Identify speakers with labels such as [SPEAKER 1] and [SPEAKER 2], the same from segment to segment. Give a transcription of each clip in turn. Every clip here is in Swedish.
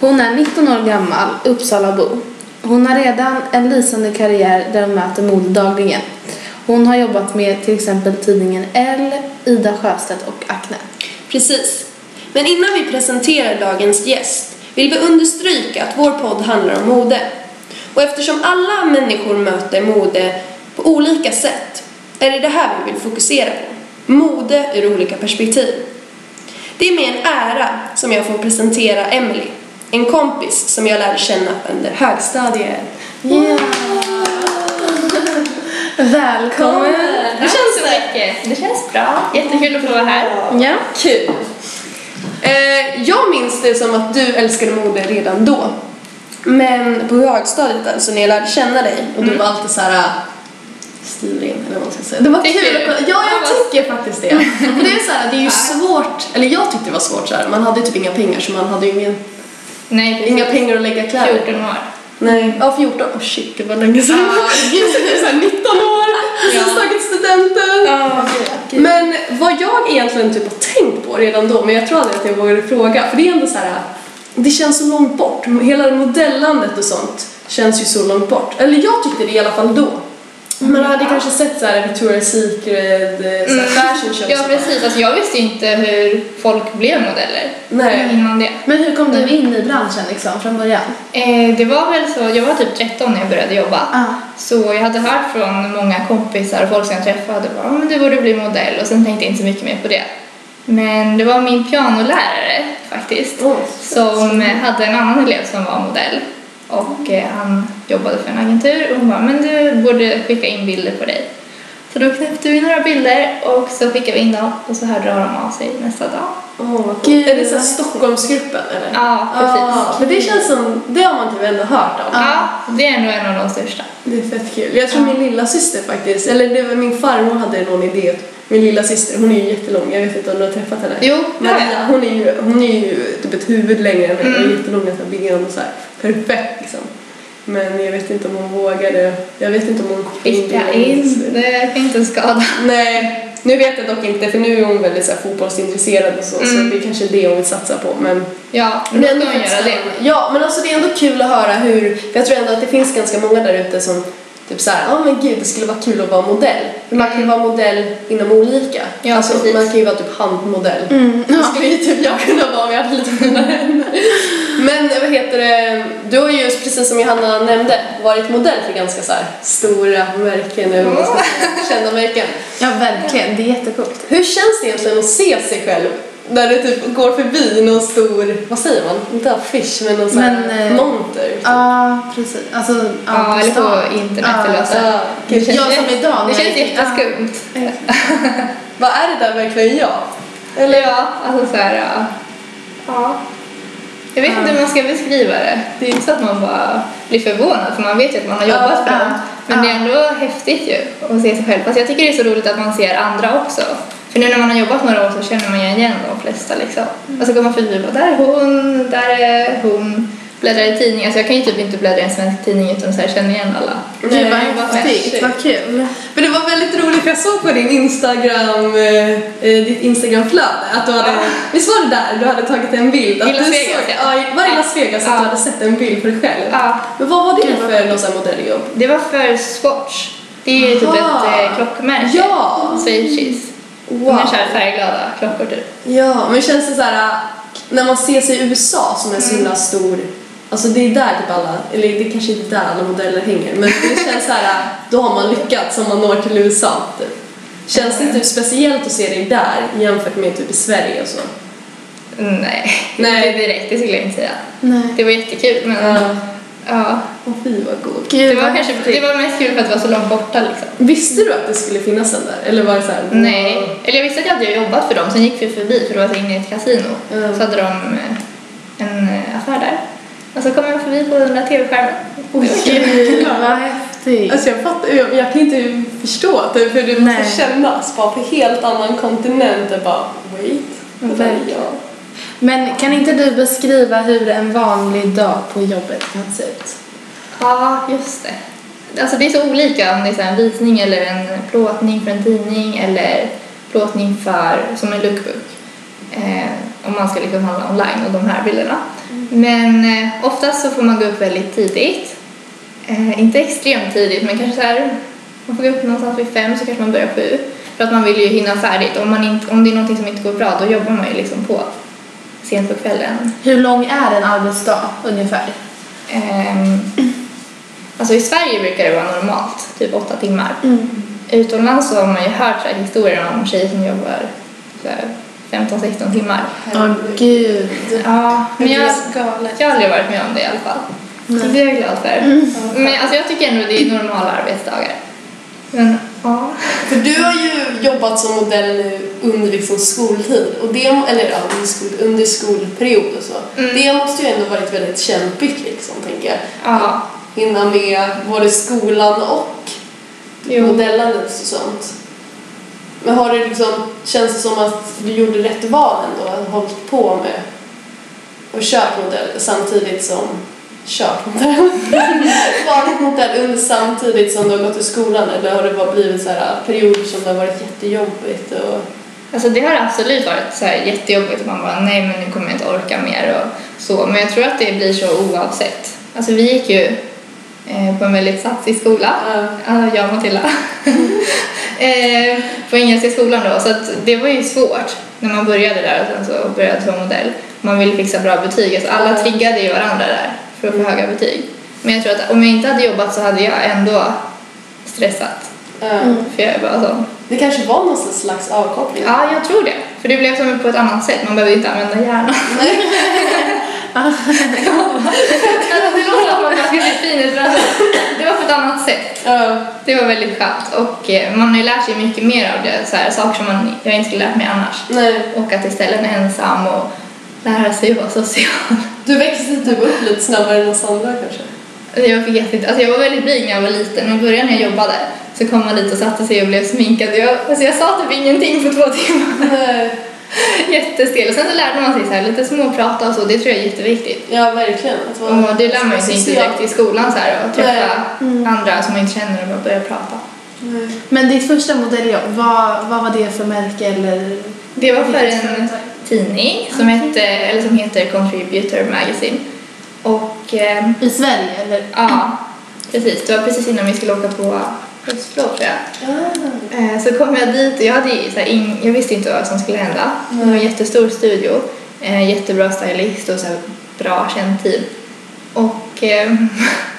[SPEAKER 1] Hon är 19 år gammal, Uppsalabo. Hon har redan en lysande karriär där hon möter mode dagligen. Hon har jobbat med till exempel tidningen L, Ida Sjöstedt och Acne.
[SPEAKER 2] Precis. Men innan vi presenterar dagens gäst vill vi understryka att vår podd handlar om mode. Och eftersom alla människor möter mode på olika sätt är det det här vi vill fokusera på. Mode ur olika perspektiv. Det är med en ära som jag får presentera Emily, en kompis som jag lärde känna under högstadiet.
[SPEAKER 1] Yeah. Välkommen!
[SPEAKER 3] Det känns så mycket. Det känns bra. Jättekul att få vara här.
[SPEAKER 1] Ja.
[SPEAKER 2] Kul! Eh, jag minns det som att du älskade mode redan då. Men på högstadiet alltså, när jag lärde känna dig och
[SPEAKER 4] Mm.
[SPEAKER 2] du var alltid
[SPEAKER 4] äh,
[SPEAKER 2] såhär stilren eller vad man ska säga.
[SPEAKER 4] Det var
[SPEAKER 3] Tycker
[SPEAKER 4] kul.
[SPEAKER 3] du?
[SPEAKER 4] Ja, jag tycker faktiskt det. För det är så här, det är ju svårt, eller jag tyckte det var svårt så här. man hade ju typ inga pengar så man hade ju ingen,
[SPEAKER 3] Nej,
[SPEAKER 4] inga pengar att lägga
[SPEAKER 3] det är
[SPEAKER 4] kläder.
[SPEAKER 3] 14 år.
[SPEAKER 4] Nej. Ja, 14. Oh shit, det var länge sedan.
[SPEAKER 3] Ja.
[SPEAKER 4] Just det, du är såhär 19 år, precis tagit studenten. Men vad jag egentligen typ har tänkt på redan då, men jag tror aldrig att jag vågade fråga, för det är ändå så här. det känns så långt bort. Hela modellandet och sånt känns ju så långt bort. Eller jag tyckte det i alla fall då.
[SPEAKER 3] Mm.
[SPEAKER 4] Man hade kanske sett så här Victoria's Secret, eh, så här fashion shows.
[SPEAKER 3] Ja, precis. Alltså, jag visste ju inte hur folk blev modeller Mm,
[SPEAKER 4] Nej.
[SPEAKER 3] innan det.
[SPEAKER 1] Men hur kom du in i branschen liksom från början?
[SPEAKER 3] Eh, det var väl så, jag var typ 13 när jag började jobba.
[SPEAKER 1] Ah.
[SPEAKER 3] Så jag hade hört från många kompisar och folk som jag träffade bara, "Ah, men du borde bli modell och sen tänkte jag inte så mycket mer på det. Men det var min pianolärare faktiskt
[SPEAKER 4] Åh,
[SPEAKER 3] som eh, hade en annan elev som var modell och eh, han jobbade för en agentur och hon bara, men du borde skicka in bilder på dig. Så då knäppte vi några bilder och så skickade vi in dem och så hörde de av sig nästa dag.
[SPEAKER 4] Åh, vad coolt.
[SPEAKER 1] Gud,
[SPEAKER 4] Är det så
[SPEAKER 1] vad
[SPEAKER 4] här Stockholmsgruppen eller?
[SPEAKER 3] Ja, precis.
[SPEAKER 4] Ah, men det känns som, det har man typ ändå hört om.
[SPEAKER 3] Ja, det är nog en av de största.
[SPEAKER 4] Det är fett kul. Jag tror min lilla syster faktiskt, eller det var min farmor hade någon idé. Min lilla syster, hon är ju jättelång, jag vet inte om du har träffat henne?
[SPEAKER 3] Jo, det har Mm.
[SPEAKER 4] Maria, hon är ju, hon är ju typ ett huvud längre än mig och jättelånga så här ben och så här perfekt liksom. Men jag vet inte om hon vågade, jag vet inte om hon fick
[SPEAKER 3] Skicka
[SPEAKER 4] det.
[SPEAKER 3] in, det kan inte skada.
[SPEAKER 4] Nej, nu vet jag dock inte för nu är hon väldigt så här fotbollsintresserad och så,
[SPEAKER 3] Mm.
[SPEAKER 4] så det är kanske det hon vill satsa på men
[SPEAKER 3] Ja, men
[SPEAKER 4] men det är
[SPEAKER 3] då
[SPEAKER 4] ändå
[SPEAKER 3] ska man göra det.
[SPEAKER 4] spännande. Ja, men alltså det är ändå kul att höra hur, för jag tror ändå att det finns ganska många där ute som typ såhär, ja men gud det skulle vara kul att vara modell. För man kan ju vara modell inom olika.
[SPEAKER 3] Mm. Ja,
[SPEAKER 4] alltså
[SPEAKER 3] precis. Mm.
[SPEAKER 4] man kan ju vara typ handmodell. Det skulle ju typ jag kunna vara om jag hade lite finare händer. Men eh, vad heter det, du har ju precis som Johanna nämnde varit modell för ganska såhär stora märken, eller vad man ska säga, kända märken.
[SPEAKER 1] Ja, verkligen. Det är jättecoolt.
[SPEAKER 4] Hur känns det egentligen att se sig själv när du typ går förbi någon stor, vad säger man? Inte affisch men någon sån
[SPEAKER 1] Men,
[SPEAKER 4] här
[SPEAKER 1] eh,
[SPEAKER 4] monter.
[SPEAKER 1] Ja, precis. Alltså, ja,
[SPEAKER 3] Ja, eller på internet
[SPEAKER 1] Ja.
[SPEAKER 3] eller så.
[SPEAKER 4] Ja,
[SPEAKER 3] Det känns
[SPEAKER 1] Jag som
[SPEAKER 3] jätte-
[SPEAKER 1] idag, när
[SPEAKER 3] Det
[SPEAKER 1] jag
[SPEAKER 3] känns
[SPEAKER 1] gick-
[SPEAKER 3] jätteskumt.
[SPEAKER 4] Vad är det där verkligen jag?
[SPEAKER 3] Eller ja, alltså så här, ja. ja. Jag vet inte hur man ska beskriva det. Det är inte så att man bara blir förvånad för man vet ju att man har jobbat för
[SPEAKER 1] ja,
[SPEAKER 3] dem. Men det är ändå häftigt ju att se sig själv. Fast jag tycker det är så roligt att man ser andra också. För nu när man har jobbat några år så känner man ju igen de flesta liksom. Och så går man förbi och bara, där är hon, där är hon. Bläddrar i tidningar, så jag kan ju typ inte bläddra i en svensk tidning utan så här känner igen alla.
[SPEAKER 1] Gud vad
[SPEAKER 3] Nej, vad
[SPEAKER 1] häftigt.
[SPEAKER 3] fräscht.
[SPEAKER 1] Vad kul.
[SPEAKER 4] Men det var väldigt roligt för jag såg på din Instagram, eh, eh, ditt Instagramflöde att du hade, visst var det där du hade tagit en bild? Att
[SPEAKER 3] I Las
[SPEAKER 4] du
[SPEAKER 3] Vegas,
[SPEAKER 4] såg,
[SPEAKER 3] ja.
[SPEAKER 4] ja. i- Var det i Las Vegas att
[SPEAKER 3] Ja.
[SPEAKER 4] du hade sett en bild för dig själv?
[SPEAKER 3] Ja.
[SPEAKER 4] Men vad var det för någon sån här modelljobb?
[SPEAKER 3] Det var för Swatch. Det är ju typ
[SPEAKER 4] Jaha.
[SPEAKER 3] ett eh, klockmärke.
[SPEAKER 4] Ja.
[SPEAKER 3] Swatches.
[SPEAKER 4] Wow.
[SPEAKER 3] De är såhär färgglada klockor typ.
[SPEAKER 4] Ja, men känns det så här när man ser sig i USA som en så himla
[SPEAKER 1] Mm.
[SPEAKER 4] stor Alltså det är där typ alla, eller det kanske inte är där alla modeller hänger men det känns så här då har man lyckats om man når till USA typ. Känns det typ speciellt att se dig där jämfört med typ i Sverige och så?
[SPEAKER 3] Mm, Nej,
[SPEAKER 4] Nej.
[SPEAKER 3] inte direkt. Det skulle jag inte säga.
[SPEAKER 1] Nej.
[SPEAKER 3] Det var jättekul men
[SPEAKER 4] Ja.
[SPEAKER 3] ja.
[SPEAKER 4] Åh fy vad god.
[SPEAKER 1] Gud,
[SPEAKER 3] Det var,
[SPEAKER 1] vad
[SPEAKER 3] kanske,
[SPEAKER 1] häftigt.
[SPEAKER 3] det var mest kul för att det var så långt borta liksom.
[SPEAKER 4] Visste du att det skulle finnas en där? Eller var det så här,
[SPEAKER 3] Nej, eller jag visste att jag hade jobbat för dem, sen gick vi förbi för det var så inne i ett kasino.
[SPEAKER 4] Mm.
[SPEAKER 3] Så hade de eh, en eh, affär där. Och så kom jag förbi på den där tv-skärmen.
[SPEAKER 1] Gud vad häftigt.
[SPEAKER 4] Alltså jag, fattar, jag, jag kan inte förstå typ, hur det
[SPEAKER 1] Nej.
[SPEAKER 4] måste kännas bara på helt annan kontinent och bara wait, det där är
[SPEAKER 1] Verkligen.
[SPEAKER 4] jag.
[SPEAKER 1] Men kan inte du beskriva hur en vanlig dag på jobbet kan se ut?
[SPEAKER 3] Ja, just det. Alltså det är så olika om det är så här en visning eller en plåtning för en tidning eller plåtning för, som en lookbook. Eh, om man ska liksom handla online och de här bilderna. Men eh, oftast så får man gå upp väldigt tidigt. Eh, inte extremt tidigt, men kanske så här, man får gå upp någonstans vid fem så kanske man börjar sju. För att man vill ju hinna färdigt. Om, man inte, om det är någonting som inte går bra, då jobbar man ju liksom på sent på kvällen.
[SPEAKER 1] Hur lång är en arbetsdag ungefär?
[SPEAKER 3] Ehm, alltså i Sverige brukar det vara normalt, typ åtta timmar. Utomlands så har man ju hört så här historier om tjejer som jobbar så här 15-16 timmar.
[SPEAKER 1] Åh gud.
[SPEAKER 3] Ja, men jag,
[SPEAKER 1] galet.
[SPEAKER 3] jag har aldrig varit med om det i alla fall. Så det är jag glad för. Men alltså jag tycker ändå det är normala arbetsdagar. Men ja.
[SPEAKER 4] För du har ju jobbat som modell nu under liksom skoltid, och det, eller ja, under, skol, under skolperiod och så.
[SPEAKER 3] Mm.
[SPEAKER 4] Det måste ju ändå varit väldigt kämpigt liksom, tänker jag.
[SPEAKER 3] ja.
[SPEAKER 4] Hinna med både skolan och
[SPEAKER 3] Jo.
[SPEAKER 4] modellandet och sånt. Men har det liksom, känns det som att du gjorde rätt val ändå? Att ha hållit på med och kört modell samtidigt som kört modell? Varit modell under samtidigt som du har gått i skolan eller har det bara blivit så här perioder som det har varit jättejobbigt? Och...
[SPEAKER 3] Alltså det har absolut varit så här jättejobbigt och man bara nej men nu kommer jag inte orka mer och så. Men jag tror att det blir så oavsett. Alltså vi gick ju eh, på en väldigt satsig skola. Ja, jag och Matilda. eh, på Engelska skolan då. Så att det var ju svårt när man började där och sen så började jag ta modell. Man ville fixa bra betyg. Alltså alla triggade ju varandra där för att få höga betyg. Men jag tror att om jag inte hade jobbat så hade jag ändå stressat.
[SPEAKER 4] Ja.
[SPEAKER 3] För jag är bara sån.
[SPEAKER 4] eh, Det kanske var någon slags avkoppling?
[SPEAKER 3] Mm. Ja, jag tror det. För det blev som på ett annat sätt. Man behövde inte använda hjärnan. alltså, det låter som att man ska bli fin utan att- Det var på ett annat sätt.
[SPEAKER 4] Ja.
[SPEAKER 3] Det var väldigt skönt och eh, man har ju lärt sig mycket mer av det, så här, saker som man, jag inte skulle lärt mig annars.
[SPEAKER 4] Nej.
[SPEAKER 3] Och att istället vara ensam och lära sig att vara social.
[SPEAKER 4] Du växte typ upp lite snabbare än oss andra kanske?
[SPEAKER 3] Jag, fick jätte, alltså jag var väldigt blyg när jag var liten och i början när jag jobbade så kom man dit och satte sig och blev sminkad. Jag, alltså jag sa typ ingenting på två timmar.
[SPEAKER 4] Nej.
[SPEAKER 3] Jättestel. Och sen så lärde man sig så här, lite småprata och så, det tror jag är jätteviktigt.
[SPEAKER 4] Ja, verkligen. Att vara
[SPEAKER 3] Och det lär man sig inte direkt i skolan så här, att träffa
[SPEAKER 1] Nej. Mm.
[SPEAKER 3] andra som man inte känner och bara börja prata.
[SPEAKER 4] Nej.
[SPEAKER 1] Men ditt första modelljobb, vad, vad var det för märke eller?
[SPEAKER 3] Det var för
[SPEAKER 1] Vilket
[SPEAKER 3] en
[SPEAKER 1] företag?
[SPEAKER 3] tidning som, hette, eller som heter Contributor Magazine. Och eh,
[SPEAKER 1] I Sverige eller?
[SPEAKER 3] ja, precis. Det var precis innan vi skulle åka på höstlov tror jag. Eh, så kom jag dit och jag, hade, ju så här, in, jag visste inte vad som skulle hända. Det var en jättestor studio, eh, jättebra stylist och så här, bra känt team. Och eh,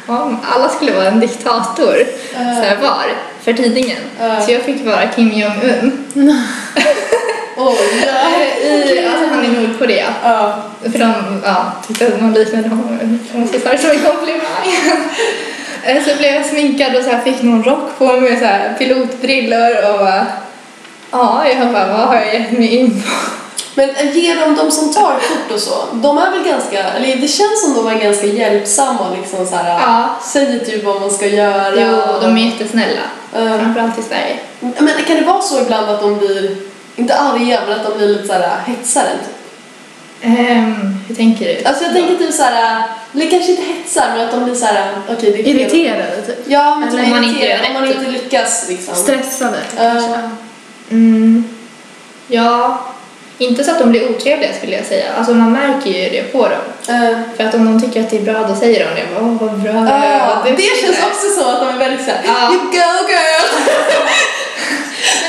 [SPEAKER 3] ja, alla skulle vara en diktator så här, var för tidningen.
[SPEAKER 4] Ja.
[SPEAKER 3] Så jag fick vara Kim Jong-Un.
[SPEAKER 4] Oj, ja.
[SPEAKER 3] I, alltså, han är i Nordkorea.
[SPEAKER 4] Ja.
[SPEAKER 3] För de ja, tyckte att man liknade honom. Jag måste ta det som en komplimang. Eh, så blev jag sminkad och så här fick någon rock på mig och så här pilotbrillor och bara, ja, jag bara, vad har jag gett mig in på?
[SPEAKER 4] Men ger de, de som tar kort och så, de är väl ganska, eller det känns som de är ganska hjälpsamma och liksom så här,
[SPEAKER 3] Ja.
[SPEAKER 4] säger typ vad man ska göra.
[SPEAKER 3] Jo, de är jättesnälla.
[SPEAKER 4] Eh,
[SPEAKER 3] Framförallt i Sverige.
[SPEAKER 4] men kan det vara så ibland att de blir, inte arga, men att de blir lite så här eh, hetsare? typ?
[SPEAKER 3] Ehm, hur tänker du?
[SPEAKER 4] Alltså jag tänker typ så här, eller kanske inte hetsar, men att de blir så här, eh, okej det är fel.
[SPEAKER 1] Irriterade typ?
[SPEAKER 4] Ja, men
[SPEAKER 3] Eller
[SPEAKER 4] typ
[SPEAKER 3] om man inte
[SPEAKER 4] irriterade,
[SPEAKER 3] gör
[SPEAKER 4] om man
[SPEAKER 3] rätt.
[SPEAKER 4] inte lyckas liksom.
[SPEAKER 1] Stressade?
[SPEAKER 4] Ja.
[SPEAKER 3] Mm, ja, inte så att de blir otrevliga skulle jag säga. Alltså man märker ju det på dem.
[SPEAKER 4] Eh,
[SPEAKER 3] För att om de tycker att det är bra då säger de det. Åh, vad bra.
[SPEAKER 4] ja,
[SPEAKER 3] Och
[SPEAKER 4] det känns
[SPEAKER 3] så här.
[SPEAKER 4] också så att de är väldigt såhär,
[SPEAKER 3] Ja.
[SPEAKER 4] you go girl!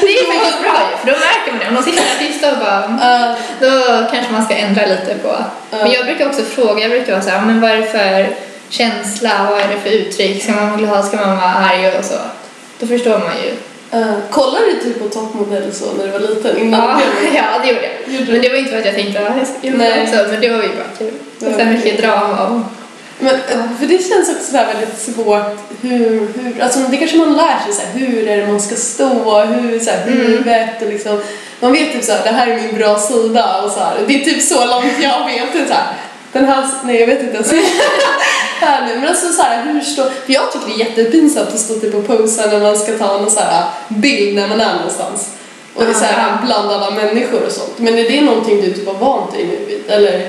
[SPEAKER 3] Men det är faktiskt bra ju, för då märker man det. Om de sitter där tysta och bara... mm,
[SPEAKER 4] Eh,
[SPEAKER 3] Då kanske man ska ändra lite på... Men jag brukar också fråga, jag brukar vara såhär, men vad är det för känsla, vad är det för uttryck? Ska man vara glad, ska man vara arg och så? Då förstår man ju.
[SPEAKER 4] Eh, kollade du typ på toppmodell så när du var liten? Innan
[SPEAKER 3] Ja,
[SPEAKER 4] du blev modell?
[SPEAKER 3] ja det gjorde jag.
[SPEAKER 4] Gjorde du?
[SPEAKER 3] Men det var inte för att jag tänkte, ja, jag ska göra
[SPEAKER 4] Nej.
[SPEAKER 3] det också, men det var ju bara kul.
[SPEAKER 4] Ja.
[SPEAKER 3] Och sen mycket drama och...
[SPEAKER 4] Men, eh, för det känns också så här väldigt svårt hur, hur, alltså det kanske man lär sig så här, hur är det man ska stå, hur, så
[SPEAKER 3] Mm.
[SPEAKER 4] här, huvudet och liksom, man vet typ så här, det här är min bra sida och så här, det är typ så långt jag vet, typ så här, den här, nej jag vet inte ens här nu, men alltså så här, hur står, för jag tycker det är jättepinsamt att stå typ och posa när man ska ta någon så här bild när man är någonstans och det är så här bland alla människor och sånt, men är det någonting du typ har vant dig nu vid, eller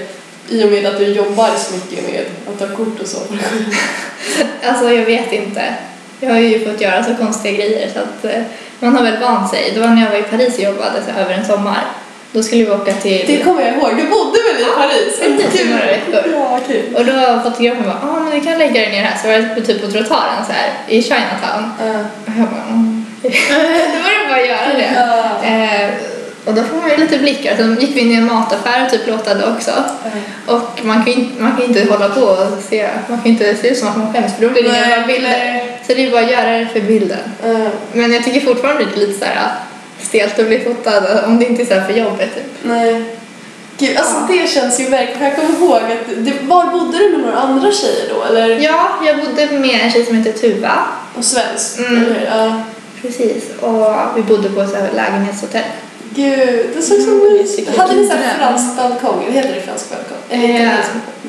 [SPEAKER 4] i och med att du jobbar så mycket med att ta kort och så.
[SPEAKER 3] Alltså jag vet inte. Jag har ju fått göra så konstiga grejer så att eh, man har väl vant sig. Det var när jag var i Paris och jobbade så här, över en sommar. Då skulle vi åka till...
[SPEAKER 4] Det kommer jag ihåg. Du bodde väl i Paris?
[SPEAKER 3] precis, i några veckor.
[SPEAKER 4] Ja,
[SPEAKER 3] Och då var fotografen bara, ja "Ah, men du kan lägga dig ner här. Så var jag typ på trottoaren så här i Chinatown. Och jag bara, mm. då var det bara att göra det.
[SPEAKER 4] Ja.
[SPEAKER 3] Eh, och då får man ju lite blickar. Sen gick vi in i en mataffär och typ låtade också.
[SPEAKER 4] Eh,
[SPEAKER 3] Och man kan ju inte, man kan ju inte hålla på och se, man kan ju inte se ut som att man skäms för då blir det inga
[SPEAKER 4] Nej,
[SPEAKER 3] bra bilder.
[SPEAKER 4] nej.
[SPEAKER 3] Så det är bara att göra det för bilden.
[SPEAKER 4] Eh,
[SPEAKER 3] Men jag tycker fortfarande det är lite så här ah, stelt att bli fotad om det inte är så här för jobbet typ.
[SPEAKER 4] Nej. Gud, alltså det känns ju verkligen... Jag kommer ihåg att... Det, var bodde du med några andra tjejer då, eller?
[SPEAKER 3] Ja, jag bodde med en tjej som heter Tuva.
[SPEAKER 4] På svensk,
[SPEAKER 3] Mm.
[SPEAKER 4] eller hur? Ja.
[SPEAKER 3] Precis, och vi bodde på ett så här lägenhetshotell.
[SPEAKER 4] Gud, det såg så mysigt ut.
[SPEAKER 3] Mm, tycker
[SPEAKER 4] Hade ni
[SPEAKER 3] inte
[SPEAKER 4] såhär
[SPEAKER 3] det.
[SPEAKER 4] fransk balkong? Eller heter det fransk balkong? Eller
[SPEAKER 3] Eh,
[SPEAKER 4] heter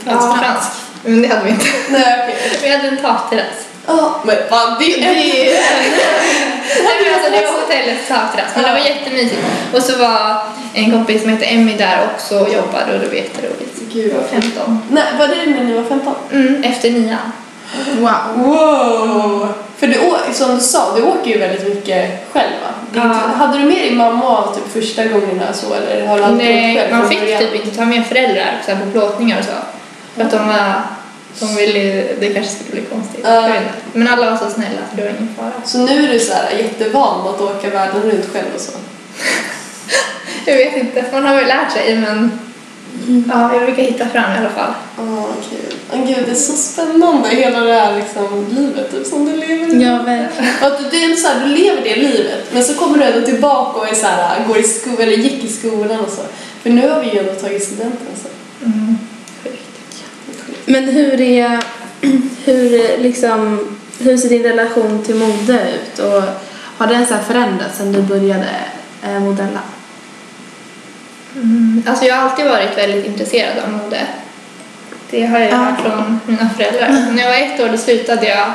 [SPEAKER 4] det fransk- fransk
[SPEAKER 3] ja,
[SPEAKER 4] balkong?
[SPEAKER 3] alltså fransk. Men det hade vi inte.
[SPEAKER 4] Nej, okej.
[SPEAKER 3] Vi hade en takterrass.
[SPEAKER 4] Ja, men vad det är...
[SPEAKER 3] Det- Nej, men alltså, det var hotellets takterrass, men det var jättemysigt. Och så var en kompis som hette Emmy där också och jobbade och det var jätteroligt.
[SPEAKER 4] Gud,
[SPEAKER 3] Jag var 15.
[SPEAKER 4] Nej, var det när ni var 15?
[SPEAKER 3] Mm, efter nian.
[SPEAKER 1] Wow.
[SPEAKER 4] Wow! För du, å- som du sa, du åker ju väldigt mycket själv va? Det är inte,
[SPEAKER 3] Ja.
[SPEAKER 4] Hade du med din mamma typ första gångerna så eller har du alltid åkt
[SPEAKER 3] Nej,
[SPEAKER 4] själv
[SPEAKER 3] man
[SPEAKER 4] från
[SPEAKER 3] fick
[SPEAKER 4] början?
[SPEAKER 3] typ inte ta med föräldrar så här, på plåtningar och så. För att de var... De ville, det kanske skulle bli konstigt.
[SPEAKER 4] Ja.
[SPEAKER 3] Jag vet inte. Men alla var så snälla så det var ingen fara.
[SPEAKER 4] Så nu är du så här jättevan att åka världen runt själv och så?
[SPEAKER 3] Jag vet inte, man har väl lärt sig men ja, jag brukar hitta fram i alla fall.
[SPEAKER 4] Ja, kul. Åh, gud, det är så spännande hela det här liksom, livet typ, som du lever i.
[SPEAKER 1] Ja, verkligen.
[SPEAKER 4] Att du, det är så här, du lever det livet men så kommer du ändå tillbaka och är så här, går i skolan, eller gick i skolan och så. För nu har vi ju ändå tagit studenten så.
[SPEAKER 3] Mm.
[SPEAKER 1] Men hur är, hur liksom, hur ser din relation till mode ut och har den så här förändrats sedan du började eh, modella?
[SPEAKER 3] Mm. Alltså jag har alltid varit väldigt intresserad av mode. Det har jag ju
[SPEAKER 1] Ja.
[SPEAKER 3] hört från mina föräldrar. När jag var ett år då slutade jag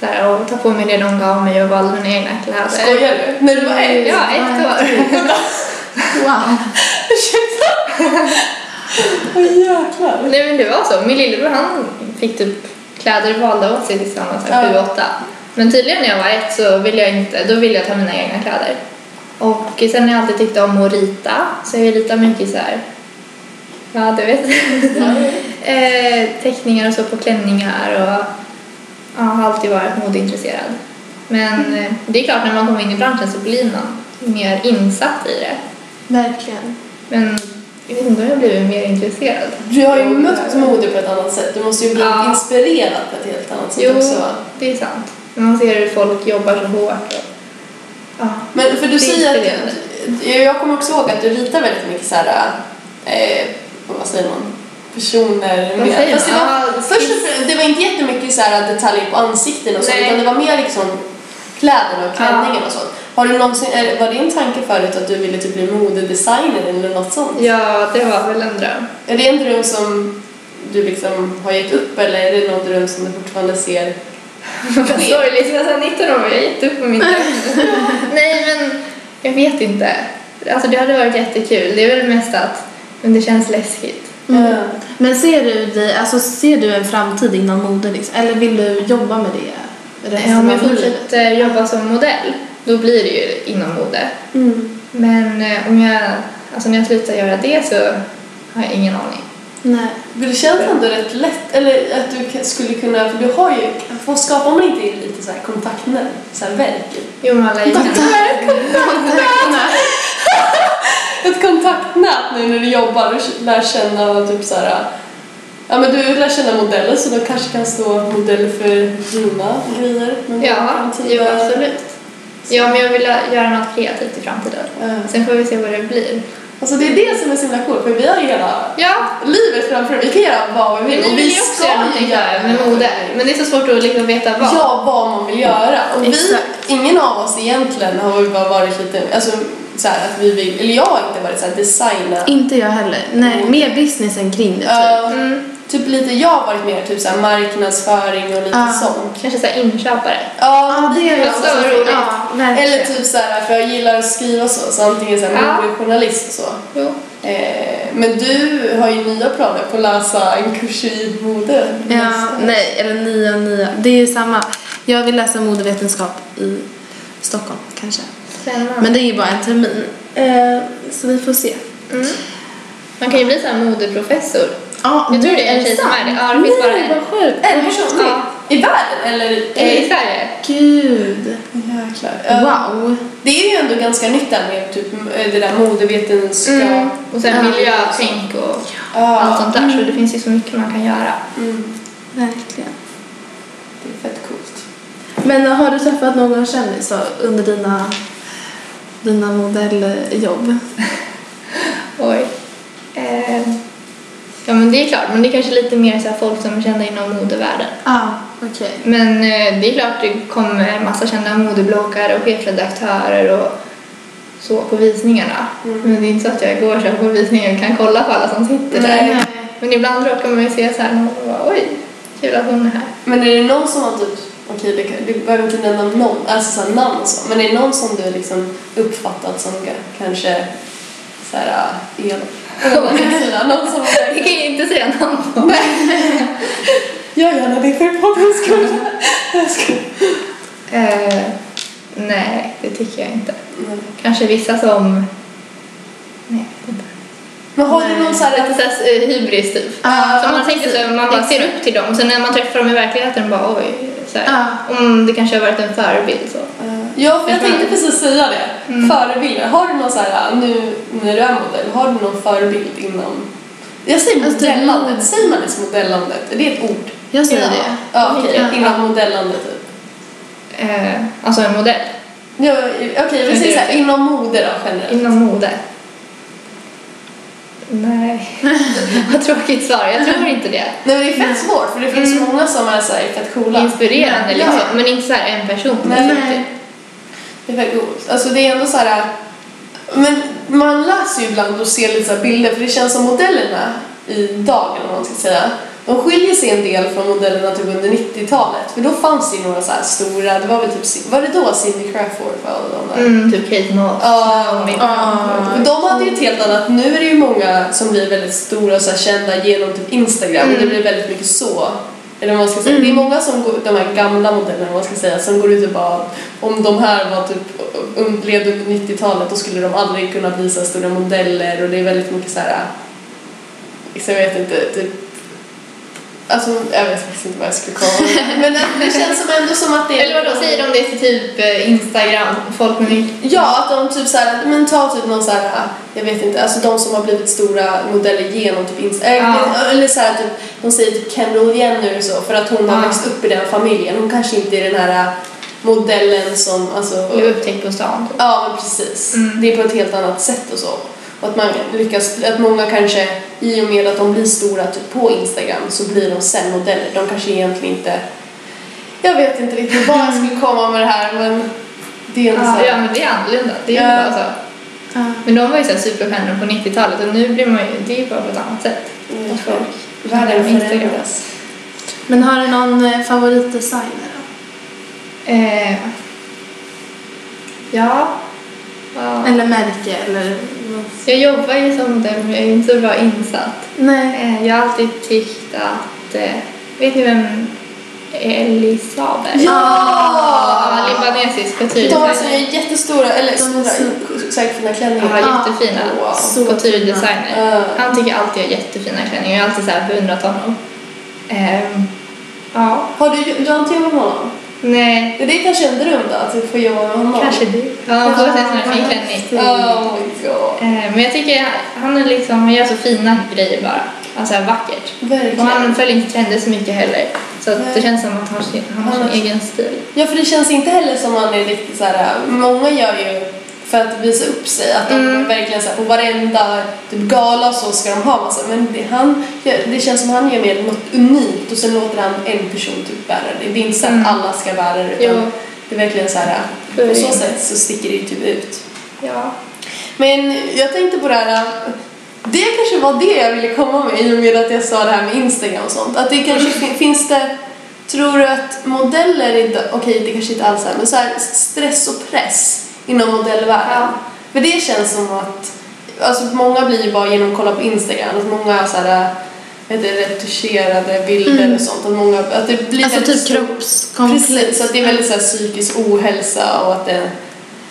[SPEAKER 3] så här, att ta på mig det de gav mig och valde mina egna kläder.
[SPEAKER 4] Skojar du? När du var ett?
[SPEAKER 3] Ja, ett år.
[SPEAKER 1] Wow.
[SPEAKER 4] Åh jäklar.
[SPEAKER 3] Nej men det var så. Min lillebror han fick typ kläder valda åt sig tillsammans,
[SPEAKER 4] Ja.
[SPEAKER 3] ja. sju, åtta. Men tydligen när jag var ett så ville jag inte, då ville jag ta mina egna kläder. Och sen har jag alltid tyckt om att rita, så jag ritar mycket så här. ja du vet, eh, teckningar och så på klänningar och ja, har alltid varit modeintresserad. Men eh, det är klart när man kommer in i branschen så blir man mer insatt i det.
[SPEAKER 1] Verkligen.
[SPEAKER 3] Men jag vet inte om jag blivit mer intresserad.
[SPEAKER 4] Du har ju mött mode på ett annat sätt. Du måste ju bli
[SPEAKER 3] Ja.
[SPEAKER 4] inspirerad på ett helt annat sätt
[SPEAKER 3] Jo,
[SPEAKER 4] Typ också. va?
[SPEAKER 3] det är sant. När man ser hur folk jobbar så hårt. Och, ja.
[SPEAKER 4] Men för
[SPEAKER 3] Det är
[SPEAKER 4] du säger att...
[SPEAKER 3] inspirerande.
[SPEAKER 4] Jag jag kommer också ihåg att du ritar väldigt mycket så här... Eh, vad säger man? Personer.
[SPEAKER 3] Vad
[SPEAKER 4] med-
[SPEAKER 3] säger
[SPEAKER 4] Fast det
[SPEAKER 3] man?
[SPEAKER 4] var,
[SPEAKER 3] Ah,
[SPEAKER 4] först och främst, det var inte jättemycket så här detaljer på ansikten och så,
[SPEAKER 3] Nej.
[SPEAKER 4] utan det var mer liksom kläderna och
[SPEAKER 3] Ja.
[SPEAKER 4] klänningen och sånt. Har du någonsin, är- var det en tanke förut att du ville typ bli modedesigner eller något sånt?
[SPEAKER 3] ja, det var väl en dröm.
[SPEAKER 4] Är det en dröm som du liksom har gett upp eller är det någon dröm som du fortfarande ser?
[SPEAKER 3] Vad sorgligt, jag var 19 år och jag gett upp på min dröm. Nej, men jag vet inte. Alltså det hade varit jättekul. Det är väl mest att, men det känns läskigt.
[SPEAKER 4] Eh,
[SPEAKER 1] Mm. Men ser du dig, alltså ser du en framtid inom mode liksom? Eller vill du jobba med det resten
[SPEAKER 3] Ja, om jag
[SPEAKER 1] av livet?
[SPEAKER 3] fortsätter jobba som modell, då blir det ju inom mode.
[SPEAKER 1] Mm.
[SPEAKER 3] Men eh, om jag, alltså när jag slutar göra det så har jag ingen aning.
[SPEAKER 1] Nej.
[SPEAKER 4] Men det känns ändå rätt lätt, eller att du k- skulle kunna, för du har ju, vad skapar man inte lite så här kontaktnät, så här verk?
[SPEAKER 3] Jo, men alla
[SPEAKER 1] Kontakt. Kontakterna.
[SPEAKER 4] Ett kontaktnät nu när du jobbar, du lär känna typ så här, ja men du lär känna modeller så du kanske kan stå modell för dina grejer. men
[SPEAKER 3] Ja,
[SPEAKER 4] framtida-
[SPEAKER 3] jo, absolut. Ja, men jag vill göra något kreativt i framtiden.
[SPEAKER 4] Eh,
[SPEAKER 3] Sen får vi se vad det blir.
[SPEAKER 4] Alltså det är det som är så himla coolt, för vi har ju hela
[SPEAKER 3] Ja,
[SPEAKER 4] livet framför oss. Vi kan göra vad vi
[SPEAKER 3] men
[SPEAKER 4] vill.
[SPEAKER 3] ni
[SPEAKER 4] och
[SPEAKER 3] vill
[SPEAKER 4] vi
[SPEAKER 3] ju också göra någonting där med mode. Men det är så svårt att liksom veta vad.
[SPEAKER 4] Ja, vad man vill göra. Och vi,
[SPEAKER 1] Exakt.
[SPEAKER 4] ingen av oss egentligen har väl bara varit lite, alltså så här, att vi vill, eller jag har inte varit så här designa.
[SPEAKER 1] Inte jag heller. Nej, mer businessen kring det. typ.
[SPEAKER 4] Eh,
[SPEAKER 3] Mm,
[SPEAKER 4] typ lite, jag har varit mer typ så här marknadsföring och lite
[SPEAKER 1] Ja.
[SPEAKER 4] sånt.
[SPEAKER 3] kanske så här inköpare.
[SPEAKER 4] Ja,
[SPEAKER 1] Ja, Ah. det är
[SPEAKER 4] jag
[SPEAKER 1] jag
[SPEAKER 3] så
[SPEAKER 4] också.
[SPEAKER 1] också.
[SPEAKER 3] roligt.
[SPEAKER 1] Ja, verkligen.
[SPEAKER 4] Eller typ så här, för jag gillar att skriva så, så antingen så
[SPEAKER 1] Ah.
[SPEAKER 4] här,
[SPEAKER 3] Ja.
[SPEAKER 4] ja. journalist och så.
[SPEAKER 3] Jo.
[SPEAKER 4] Eh, men du har ju nya planer på att läsa en kurs i mode.
[SPEAKER 1] Ja, nej, eller nia, nia. Det är ju samma. Jag vill läsa modevetenskap i Stockholm kanske.
[SPEAKER 3] Spännande.
[SPEAKER 1] Men det är ju bara en termin. Eh, så vi får se.
[SPEAKER 3] Mm. Man kan ju bli så här modeprofessor.
[SPEAKER 1] Ja,
[SPEAKER 3] Jag tror det är
[SPEAKER 1] nej,
[SPEAKER 3] en tjej som
[SPEAKER 1] sant?
[SPEAKER 3] är det. Ja, det finns bara
[SPEAKER 1] Nej,
[SPEAKER 3] en.
[SPEAKER 1] vad sjukt.
[SPEAKER 4] En person till?
[SPEAKER 3] Ja.
[SPEAKER 4] I världen eller?
[SPEAKER 3] Eh, I Sverige.
[SPEAKER 1] Gud.
[SPEAKER 4] Jäklar. Ja.
[SPEAKER 1] Wow.
[SPEAKER 4] Det är ju ändå ganska nytt där med typ eh, det där modevetenskap.
[SPEAKER 3] Mm. Och sen
[SPEAKER 1] Ja.
[SPEAKER 3] miljötänk och
[SPEAKER 4] Ja.
[SPEAKER 3] allt sånt där. Så det finns ju så mycket man kan göra.
[SPEAKER 4] Mm.
[SPEAKER 1] Verkligen.
[SPEAKER 4] Det är fett coolt.
[SPEAKER 1] Men eh, har du träffat någon kändis så, under dina, dina modelljobb?
[SPEAKER 3] Oj. Eh, ja men det är klart, men det är kanske lite mer så här folk som är kända inom modevärlden.
[SPEAKER 1] Ja, Ah, okej.
[SPEAKER 3] Men eh, det är klart det kommer en massa kända modebloggare och chefredaktörer och så på visningarna.
[SPEAKER 4] Mm.
[SPEAKER 3] Men det är inte så att jag går så här på visningen och kan kolla på alla som sitter
[SPEAKER 4] Nej.
[SPEAKER 3] där. Men ibland råkar man ju se så här och bara, oj, kul att hon är här.
[SPEAKER 4] Men är det någon som har typ, okej det, kan- du behöver inte nämna någon, alltså så här namn och så, men är det någon som du har liksom uppfattat som g- kanske såhär elak? Eller vad ska jag säga? någon som
[SPEAKER 3] Det kan jag ju inte säga namn på.
[SPEAKER 4] jag gärna det för poddens skull. Jag skojar.
[SPEAKER 3] Eh, nej, det tycker jag inte.
[SPEAKER 4] Nej.
[SPEAKER 3] Kanske vissa som... Nej, jag vet inte.
[SPEAKER 4] Men har du någon såhär,
[SPEAKER 3] Lite såhär eh, hybris typ.
[SPEAKER 1] Ja,
[SPEAKER 3] så
[SPEAKER 1] ja,
[SPEAKER 3] man tänker
[SPEAKER 1] precis.
[SPEAKER 3] så, man bara ser
[SPEAKER 1] Exakt.
[SPEAKER 3] upp till dem. Sen när man träffar dem i verkligheten bara oj. Så här.
[SPEAKER 1] Ja.
[SPEAKER 3] Om det kanske har varit en förebild så.
[SPEAKER 4] ja för jag tänkte precis säga det,
[SPEAKER 1] Mm.
[SPEAKER 4] förebilder. Har du någon såhär, nu när du är modell, har du någon förebild inom jag säger
[SPEAKER 1] Alltså, typ
[SPEAKER 4] modellandet,
[SPEAKER 1] mod-
[SPEAKER 4] säger man ens modellandet? Är det ett ord?
[SPEAKER 1] Jag säger
[SPEAKER 3] Ja.
[SPEAKER 1] det.
[SPEAKER 4] Ja, okej.
[SPEAKER 1] Ja.
[SPEAKER 4] Inom modellandet typ.
[SPEAKER 3] Eh, alltså en modell
[SPEAKER 4] Ja, Okej, vi säger såhär, inom mode då generellt.
[SPEAKER 3] inom mode. Nej. Vad tråkigt svar. Jag tror inte det.
[SPEAKER 4] Nej men det är fett
[SPEAKER 1] Mm.
[SPEAKER 4] svårt för det finns många som är så här fett coola.
[SPEAKER 3] Inspirerande
[SPEAKER 4] Ja.
[SPEAKER 3] liksom. Men inte så här en person.
[SPEAKER 4] Nej.
[SPEAKER 3] Typ.
[SPEAKER 4] Det är fett coolt. Alltså det är ändå så här. Men man läser ju ibland och ser lite så här bilder för det känns som modellerna idag eller vad man ska säga. De skiljer sig en del från modellerna typ under 90-talet för då fanns det ju några så här stora, det var väl typ, var det då Cindy Crawford var och de där?
[SPEAKER 3] Mm, typ Kate Moss.
[SPEAKER 4] Ja.
[SPEAKER 3] Naomi.
[SPEAKER 1] Ja.
[SPEAKER 4] Men de hade ju ett helt annat, nu är det ju många som blir väldigt stora och så här kända genom typ Instagram och det
[SPEAKER 3] Mm.
[SPEAKER 4] blir väldigt mycket så. Eller vad man ska säga. Det är många som går, de här gamla modellerna vad man ska säga, som går ut och bara om de här var typ, um, levde under 90-talet då skulle de aldrig kunna bli så här stora modeller och det är väldigt mycket så här. liksom, jag vet inte, typ Alltså jag vet faktiskt inte vad jag skulle komma med. Men det- det känns som ändå som att det är...
[SPEAKER 3] Eller vadå, säger de det till typ eh, Instagram? Folk med mycket
[SPEAKER 4] Ja, att de typ såhär, men ta typ någon såhär, jag vet inte, alltså de som har blivit stora modeller genom typ Instagram.
[SPEAKER 3] Ja.
[SPEAKER 4] Eller såhär typ, de säger typ Kendall Jenner och så för att hon har
[SPEAKER 3] Ja.
[SPEAKER 4] växt upp i den familjen. Hon kanske inte är den här äh, modellen som, alltså.
[SPEAKER 3] blev upptäckt på stan. typ.
[SPEAKER 4] Ja, men precis.
[SPEAKER 3] Mm.
[SPEAKER 4] Det är på ett helt annat sätt och så. Och att man lyckas, att många kanske, i och med att de blir stora typ på Instagram så blir de sen modeller. De kanske egentligen inte, jag vet inte riktigt vad jag skulle komma med det här men det är ändå
[SPEAKER 3] Ja,
[SPEAKER 4] såhär.
[SPEAKER 3] ja, men det är annorlunda. Det är
[SPEAKER 4] Ja.
[SPEAKER 3] ju bara så.
[SPEAKER 1] Ja.
[SPEAKER 3] Men de var ju så här superstjärnor på 90-talet och nu blir man ju, det är ju bara på ett annat sätt.
[SPEAKER 4] Mm.
[SPEAKER 3] Att folk
[SPEAKER 4] Världen
[SPEAKER 3] Instagram.
[SPEAKER 4] förändras.
[SPEAKER 1] Men har du någon eh, favoritdesigner då?
[SPEAKER 3] Eh, ja. ja.
[SPEAKER 1] Eller märke eller...
[SPEAKER 3] Jag jobbar ju som modell men jag är ju inte så bra insatt.
[SPEAKER 1] Nej.
[SPEAKER 3] Eh, jag har alltid tyckt att, eh, vet ni vem Ellie Saber?
[SPEAKER 4] Ja!
[SPEAKER 3] ja libanesisk
[SPEAKER 4] De har alltså
[SPEAKER 3] couturedesigner.
[SPEAKER 4] jättestora, eller
[SPEAKER 1] De är
[SPEAKER 4] stora, säkert fina klänningar. Ah.
[SPEAKER 3] Ja,
[SPEAKER 1] Ja.
[SPEAKER 3] jättefina
[SPEAKER 4] Wow. Ah.
[SPEAKER 1] Så
[SPEAKER 3] couturedesigner.
[SPEAKER 4] Ja.
[SPEAKER 3] Han tycker alltid jag har jättefina klänningar. Jag har alltid så här beundrat honom. Ehm, ja.
[SPEAKER 4] Har du, du har inte jobbat med honom?
[SPEAKER 3] Nej,
[SPEAKER 4] Det är kanske en dröm då, att du får jobba med honom?
[SPEAKER 3] kanske du. Ja, han får sig en sån här fin klänning.
[SPEAKER 4] Oh my god.
[SPEAKER 3] Eh, Men jag tycker han är liksom, han gör så fina grejer bara. Alltså här vackert. Och han
[SPEAKER 4] Verkligen.
[SPEAKER 3] följer inte trender så mycket heller. Så att det
[SPEAKER 4] Nej.
[SPEAKER 3] känns som att han har sin, han har sin
[SPEAKER 4] Han har-
[SPEAKER 3] egen stil.
[SPEAKER 4] Ja, för det känns inte heller som man är riktigt så här. äh, många gör ju för att visa upp sig, att de
[SPEAKER 3] Mm.
[SPEAKER 4] verkligen så här, på varenda typ, gala och så ska de ha massa, men det, han, gör- det känns som han gör mer något unikt och sen låter han en person typ bära det. Det är inte så att
[SPEAKER 3] Mm.
[SPEAKER 4] alla ska bära det utan
[SPEAKER 3] Jo.
[SPEAKER 4] det är verkligen så här, äh,
[SPEAKER 3] För
[SPEAKER 4] på
[SPEAKER 3] det.
[SPEAKER 4] så sätt så sticker det ju typ ut.
[SPEAKER 3] Ja.
[SPEAKER 4] Men jag tänkte på det här, det kanske var det jag ville komma med i och med att jag sa det här med Instagram och sånt. Att det kanske fin- finns det, tror du att modeller idag, okej det kanske inte alls är, men så här stress och press inom modellvärlden.
[SPEAKER 3] Ja.
[SPEAKER 4] För det känns som att, alltså många blir ju bara genom att kolla på Instagram, att många är så här vet du, retuscherade bilder och sånt. Att, många, att det blir
[SPEAKER 1] Alltså
[SPEAKER 4] väldigt
[SPEAKER 1] typ
[SPEAKER 4] stor-
[SPEAKER 1] kroppskomplex.
[SPEAKER 4] Precis, att det är väldigt så här psykisk ohälsa och att det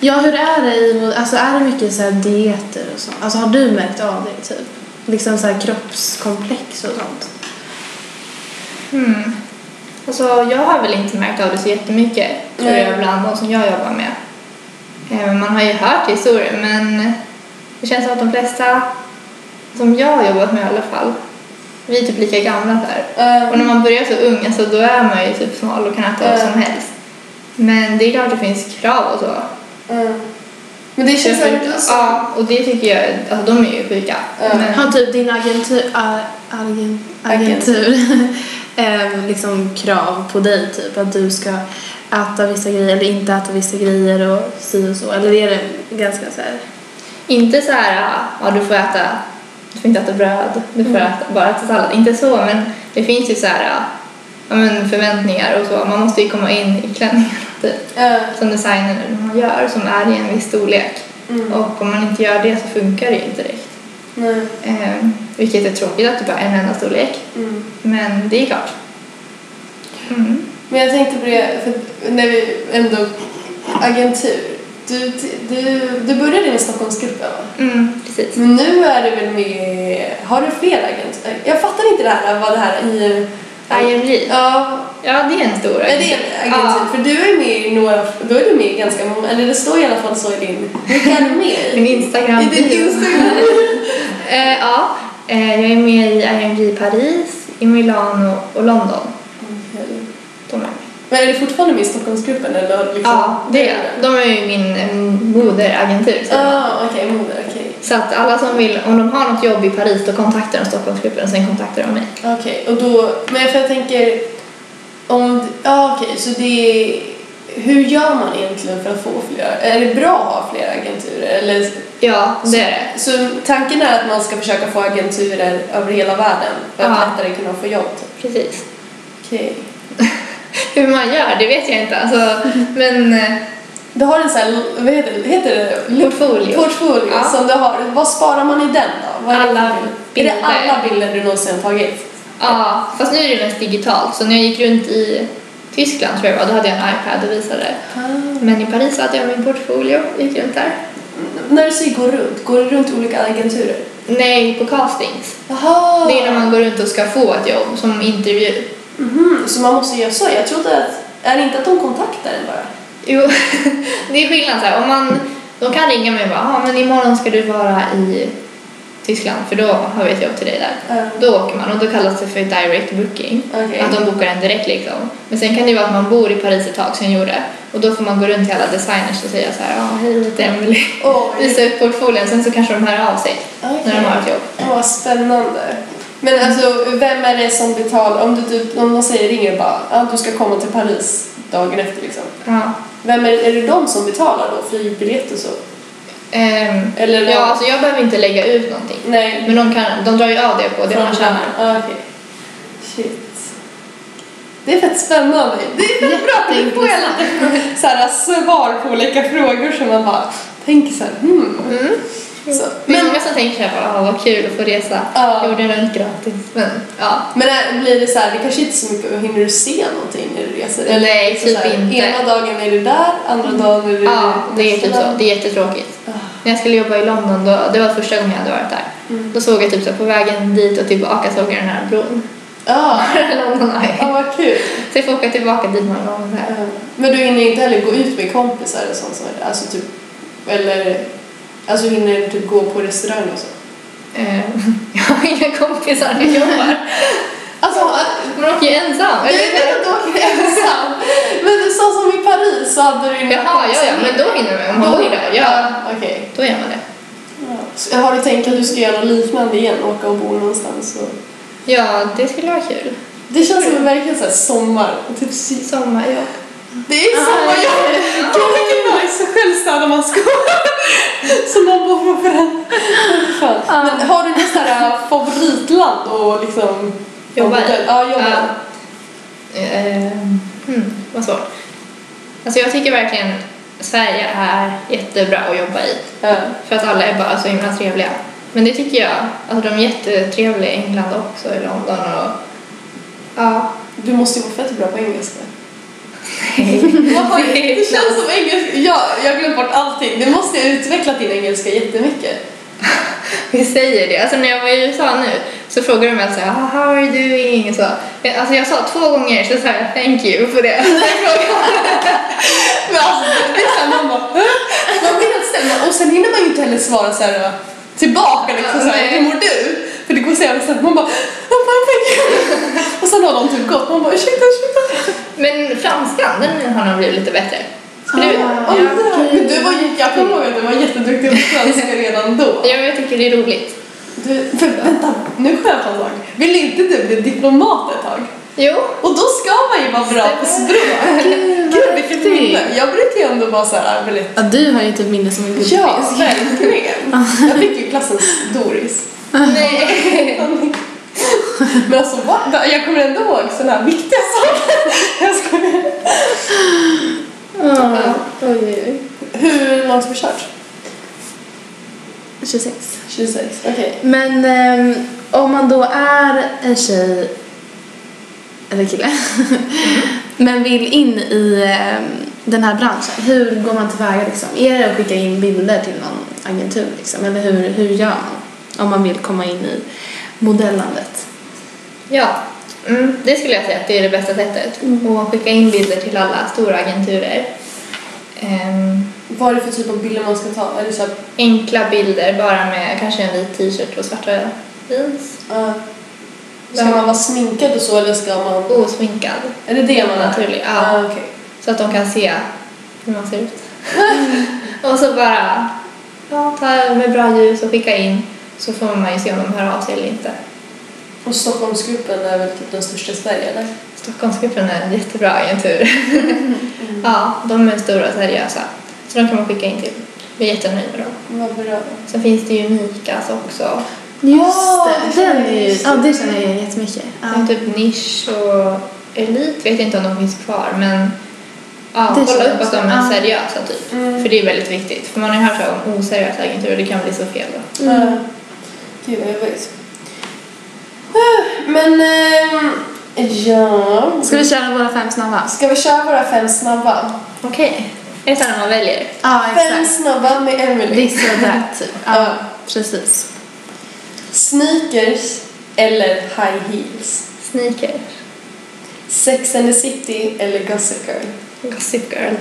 [SPEAKER 1] Ja, hur är det i... Alltså är det mycket så här dieter och sånt? Alltså har du märkt av det typ? liksom så här kroppskomplex och sånt.
[SPEAKER 3] Mm. Alltså, jag har väl inte märkt av det så jättemycket tror
[SPEAKER 4] Nej.
[SPEAKER 3] jag bland de som jag jobbar med. Eh, Man har ju hört historier men det känns som att de flesta som jag har jobbat med i alla fall, vi är typ lika gamla där.
[SPEAKER 4] Eh,
[SPEAKER 3] Och när man börjar så ung, alltså, då är man ju typ smal och kan äta vad som helst. Men det är klart det finns krav och så.
[SPEAKER 4] eh. Men det känns verkligen så.
[SPEAKER 3] Ja, och det tycker jag, alltså de är ju sjuka.
[SPEAKER 4] Ja.
[SPEAKER 3] Men,
[SPEAKER 1] Har typ din agentur, a- agen, agentur eh, liksom krav på dig typ att du ska äta vissa grejer eller inte äta vissa grejer och si och så eller är det ganska så här
[SPEAKER 3] Inte så här, ja du får äta, du får inte äta bröd, du
[SPEAKER 4] Mm.
[SPEAKER 3] får äta, bara äta sallad. Inte så, men det finns ju så här, ja, men förväntningar och så. Man måste ju komma in i klänningarna typ,
[SPEAKER 4] Eh,
[SPEAKER 3] som designen eller vad man gör, som är i en viss storlek.
[SPEAKER 4] Mm.
[SPEAKER 3] Och om man inte gör det så funkar det ju inte direkt.
[SPEAKER 4] nej.
[SPEAKER 3] Ehm, vilket är tråkigt att det bara är en enda storlek,
[SPEAKER 4] Mm.
[SPEAKER 3] men det är klart. Mm.
[SPEAKER 4] Men jag tänkte på det, för att när vi ändå... Agentur. Du, du, du började i Stockholmsgruppen va?
[SPEAKER 3] Mm, precis.
[SPEAKER 4] Men nu är du väl med... Har du fler agenturer? Jag fattar inte det här, vad det här i...
[SPEAKER 3] IMJ,
[SPEAKER 4] Ja,
[SPEAKER 3] ja det är en stor
[SPEAKER 4] är det en agentur? För du är med i några... Då är du med i ganska många... Eller det står i alla fall så i din... Vilka är du med
[SPEAKER 3] Ja,
[SPEAKER 4] i?
[SPEAKER 3] Min Instagram.
[SPEAKER 4] I din Instagram?
[SPEAKER 3] Eh, ja, eh, jag är med i IMG i Paris, i Milano och London. De är med.
[SPEAKER 4] Men är du fortfarande med i Stockholmsgruppen eller har du liksom...
[SPEAKER 3] Ja, det är jag. De är ju min eh, moderagentur. Så.
[SPEAKER 4] Ah, okej, moder, okej.
[SPEAKER 3] så att alla som vill, om de har något jobb i Paris, då kontaktar de Stockholmsgruppen och sen kontaktar de mig.
[SPEAKER 4] Okej, och då... Men för jag tänker... Om... Ja, okej, så det är... Hur gör man egentligen för att få fler? Är det bra att ha fler agenturer? Eller,
[SPEAKER 3] Ja, det är det.
[SPEAKER 4] så tanken är att man ska försöka få agenturer över hela världen för att
[SPEAKER 3] Ja.
[SPEAKER 4] lättare kunna få jobb? typ.
[SPEAKER 3] Precis.
[SPEAKER 4] Okej.
[SPEAKER 3] Hur man gör, det vet jag inte. Alltså, men eh,
[SPEAKER 4] Du har en sån här, vad heter det? Heter det?
[SPEAKER 3] portfolio.
[SPEAKER 4] Portfolio
[SPEAKER 3] Ja.
[SPEAKER 4] som du har. Vad sparar man i den då? Vad är det för
[SPEAKER 3] Alla
[SPEAKER 4] bild? Är det
[SPEAKER 3] bilder.
[SPEAKER 4] alla bilder du någonsin har tagit?
[SPEAKER 3] Ja, fast nu är det mest digitalt. Så när jag gick runt i Tyskland tror jag det var, då hade jag en iPad och visade. Men i Paris hade jag min portfolio, gick runt där.
[SPEAKER 4] När du säger gå runt, går du runt i olika agenturer?
[SPEAKER 3] Nej, på castings.
[SPEAKER 4] Jaha!
[SPEAKER 3] Det är när man går runt och ska få ett jobb, som intervju.
[SPEAKER 4] Mhm, så man måste göra så? Jag trodde att... Är det inte att de kontaktar en bara?
[SPEAKER 3] Jo, det är skillnad så här. Om man, de kan ringa mig och bara, "Ah, men imorgon ska du vara i Tyskland för då har vi ett jobb till dig där.
[SPEAKER 4] Ja.
[SPEAKER 3] Då åker man och då kallas det för direct booking.
[SPEAKER 4] Ehm, Okej.
[SPEAKER 3] Att Eh, de bokar en direkt liksom. Men sen kan det ju vara att man bor i Paris ett tag som jag gjorde och då får man gå runt till alla designers och säga så här, ja hej jag heter Emily.
[SPEAKER 4] Oj.
[SPEAKER 3] Visa upp portfolien sen så kanske de hör av sig när de har ett jobb.
[SPEAKER 4] Åh, vad spännande. Men alltså, vem är det som betalar? Om, du, typ- om de säger ringer bara att ah, du ska komma till Paris dagen efter liksom.
[SPEAKER 3] Ja.
[SPEAKER 4] Vem är, är det de som betalar då? Flygbiljett och så?
[SPEAKER 3] Ehm,
[SPEAKER 4] Eller
[SPEAKER 3] ja,
[SPEAKER 4] de-
[SPEAKER 3] alltså jag behöver inte lägga ut någonting.
[SPEAKER 4] Nej,
[SPEAKER 3] Men de, kan, de drar ju av det på det man tjänar.
[SPEAKER 4] Ah, okej. Shit. Det är fett spännande. Det är fett bra för du får hela tiden så här svar på olika frågor som man bara tänker så här, hmm.
[SPEAKER 3] Mm.
[SPEAKER 4] Så,
[SPEAKER 3] Men
[SPEAKER 4] men
[SPEAKER 3] många som tänker så här, bara, "Ah, vad kul att få resa
[SPEAKER 4] Ja.
[SPEAKER 3] jorden runt gratis. Men ja,
[SPEAKER 4] men är- blir det så här, det kanske inte är så mycket, hinner du se någonting när du reser? Eller
[SPEAKER 3] nej
[SPEAKER 4] så
[SPEAKER 3] typ
[SPEAKER 4] här,
[SPEAKER 3] inte. Mm.
[SPEAKER 4] Ena dagen är du där, andra dagen är du
[SPEAKER 3] Ja, det är typ så.
[SPEAKER 4] Tyskland.
[SPEAKER 3] Det är jättetråkigt.
[SPEAKER 4] Ah.
[SPEAKER 3] När jag skulle jobba i London, då, det var första gången jag hade varit där. Då såg jag typ så här, på vägen dit och typ tillbaka såg jag den här bron.
[SPEAKER 4] Ja,
[SPEAKER 3] London Eye.
[SPEAKER 4] ah, vad kul.
[SPEAKER 3] Så jag får åka tillbaka dit några gånger där.
[SPEAKER 4] Eh, Men du hinner inte heller gå ut med kompisar och sånt som är där? Alltså typ, eller, alltså hinner du typ gå på restaurang och så?
[SPEAKER 3] Eh, Jag har inga kompisar när jag jobbar.
[SPEAKER 4] Alltså,
[SPEAKER 3] Man åker ju ensam.
[SPEAKER 4] jag vet att du åker ensam. Men du sa som i Paris så hade du ju...
[SPEAKER 3] Jaha, ja, ja, men då hinner man. Om man bor där, ja.
[SPEAKER 4] Okej.
[SPEAKER 3] Då gör man det.
[SPEAKER 4] Ja. Så Har du tänkt att du ska göra något liknande igen? Åka och bo någonstans? Och...
[SPEAKER 3] Ja, det skulle vara kul.
[SPEAKER 4] Det känns som verkligen så här sommar. Typ sy-
[SPEAKER 3] Sommarjobb.
[SPEAKER 4] Det är sommarjobb! Gud vilken nice självstad man ska Så man bor på den. Fan. Men har du något sånt här äh, favoritland och liksom...
[SPEAKER 3] Jobba i?
[SPEAKER 4] Ja, jobba i.
[SPEAKER 3] Eh, hmm, vad svårt. Alltså jag tycker verkligen Sverige är jättebra att jobba i.
[SPEAKER 4] Ja.
[SPEAKER 3] För att alla är bara så himla trevliga. Men det tycker jag. Alltså de är jättetrevliga i England också, i London och... Ja.
[SPEAKER 4] Du måste ju vara fett bra på engelska.
[SPEAKER 3] Det är
[SPEAKER 4] Det
[SPEAKER 3] klart.
[SPEAKER 4] känns som engelska. Ja, jag har glömt bort allting. Du måste ju ha utvecklat din engelska jättemycket.
[SPEAKER 3] vi säger det. Alltså när jag var i USA nu så frågade de mig så här, "Ah, how are you doing? Så, alltså jag sa två gånger så sa jag thank you på det.
[SPEAKER 4] Men alltså, det är såhär, man bara "Hä?" Man blir helt ställd och sen hinner man ju inte heller svara såhär tillbaka liksom såhär,
[SPEAKER 3] Nej.
[SPEAKER 4] hur mår du? För det går så jävla snabbt, man bara I'm fine thank you. Och sen har de typ gått, man bara ursäkta, ursäkta.
[SPEAKER 3] Men franskan, den har nog blivit lite bättre. Skulle du?
[SPEAKER 1] Ah.
[SPEAKER 4] Och det- Men du var ju, jag kommer ihåg att du var jätteduktig på svenska redan då.
[SPEAKER 3] Ja, men jag tycker det är roligt.
[SPEAKER 4] Du, för, vänta, nu kommer jag på en sak. Vill inte du bli diplomat ett tag?
[SPEAKER 3] Jo,
[SPEAKER 4] Och då ska man ju vara bra på språk.
[SPEAKER 1] Gud,
[SPEAKER 4] Gud, vilket minne. Jag brukar ju ändå vara såhär väldigt
[SPEAKER 1] Ja, du har ju typ minne som en guldfisk.
[SPEAKER 4] Ja, verkligen. Jag fick ju klassens Doris.
[SPEAKER 3] nej.
[SPEAKER 4] Men alltså va? Va? jag kommer ändå ihåg sådana här viktiga saker. Jag skojar.
[SPEAKER 1] Ja. Oj, oj, oj.
[SPEAKER 4] Hur långt har vi kört?
[SPEAKER 1] 26.
[SPEAKER 4] 26. Okej.
[SPEAKER 1] Men ehm, om man då är en tjej eller kille men vill in i ehm, den här branschen, hur går man tillväga liksom? Är det att skicka in bilder till någon agentur liksom? Eller hur, hur gör man om man vill komma in i modellandet?
[SPEAKER 3] Ja, mm, det skulle jag säga att det är det bästa sättet. Och skicka in bilder till alla stora agenturer. Ehm,
[SPEAKER 4] Vad är det för typ av bilder man ska ta? Är det så här,
[SPEAKER 3] enkla bilder bara med kanske en vit t-shirt och svarta jeans.
[SPEAKER 4] eh, ska man vara sminkad och så eller ska man...
[SPEAKER 3] Osminkad.
[SPEAKER 4] Är det det man är?
[SPEAKER 3] Naturlig, ja.
[SPEAKER 4] Ah, okej.
[SPEAKER 3] Så att de kan se hur man ser ut. och så bara ja, ta med bra ljus och skicka in. Så får man ju se om de hör av sig eller inte.
[SPEAKER 4] Och Stockholmsgruppen är väl typ den största i Sverige eller?
[SPEAKER 3] Stockholmsgruppen är en jättebra agentur. ja, de är stora och seriösa. Så de kan man skicka in till. Vi är jättenöjda med dem.
[SPEAKER 4] Vad bra.
[SPEAKER 3] Sen finns det ju Mikas också.
[SPEAKER 1] Just
[SPEAKER 4] Ah,
[SPEAKER 1] det,
[SPEAKER 4] det
[SPEAKER 1] den
[SPEAKER 4] känner
[SPEAKER 1] är ju,
[SPEAKER 4] jag
[SPEAKER 1] ja det känner jag igen jättemycket.
[SPEAKER 3] Sen
[SPEAKER 1] Ja.
[SPEAKER 3] typ Nisch och Elit vet jag inte om de finns kvar men ja,
[SPEAKER 1] Det
[SPEAKER 3] kolla
[SPEAKER 1] känns
[SPEAKER 3] upp att de
[SPEAKER 1] som-
[SPEAKER 3] är
[SPEAKER 1] ja.
[SPEAKER 3] seriösa typ.
[SPEAKER 4] Mm.
[SPEAKER 3] För det är väldigt viktigt. För man har ju hört så här om oseriösa agenturer det kan bli så fel då.
[SPEAKER 1] Mm.
[SPEAKER 4] Ja. Eh, Gud vad jobbigt. Eh, Men, ehm, ja.
[SPEAKER 1] Ska vi köra våra fem snabba?
[SPEAKER 4] Ska vi köra våra fem snabba?
[SPEAKER 3] Okej. Är det så här man väljer?
[SPEAKER 1] Ja,
[SPEAKER 4] Fem
[SPEAKER 1] exakt.
[SPEAKER 4] snabba med Emily.
[SPEAKER 1] This or that, typ.
[SPEAKER 4] Ja.
[SPEAKER 1] Ja, precis.
[SPEAKER 4] Sneakers eller high heels?
[SPEAKER 3] Sneaker.
[SPEAKER 4] Sex and the City eller Gossip Girl?
[SPEAKER 3] Gossip girl.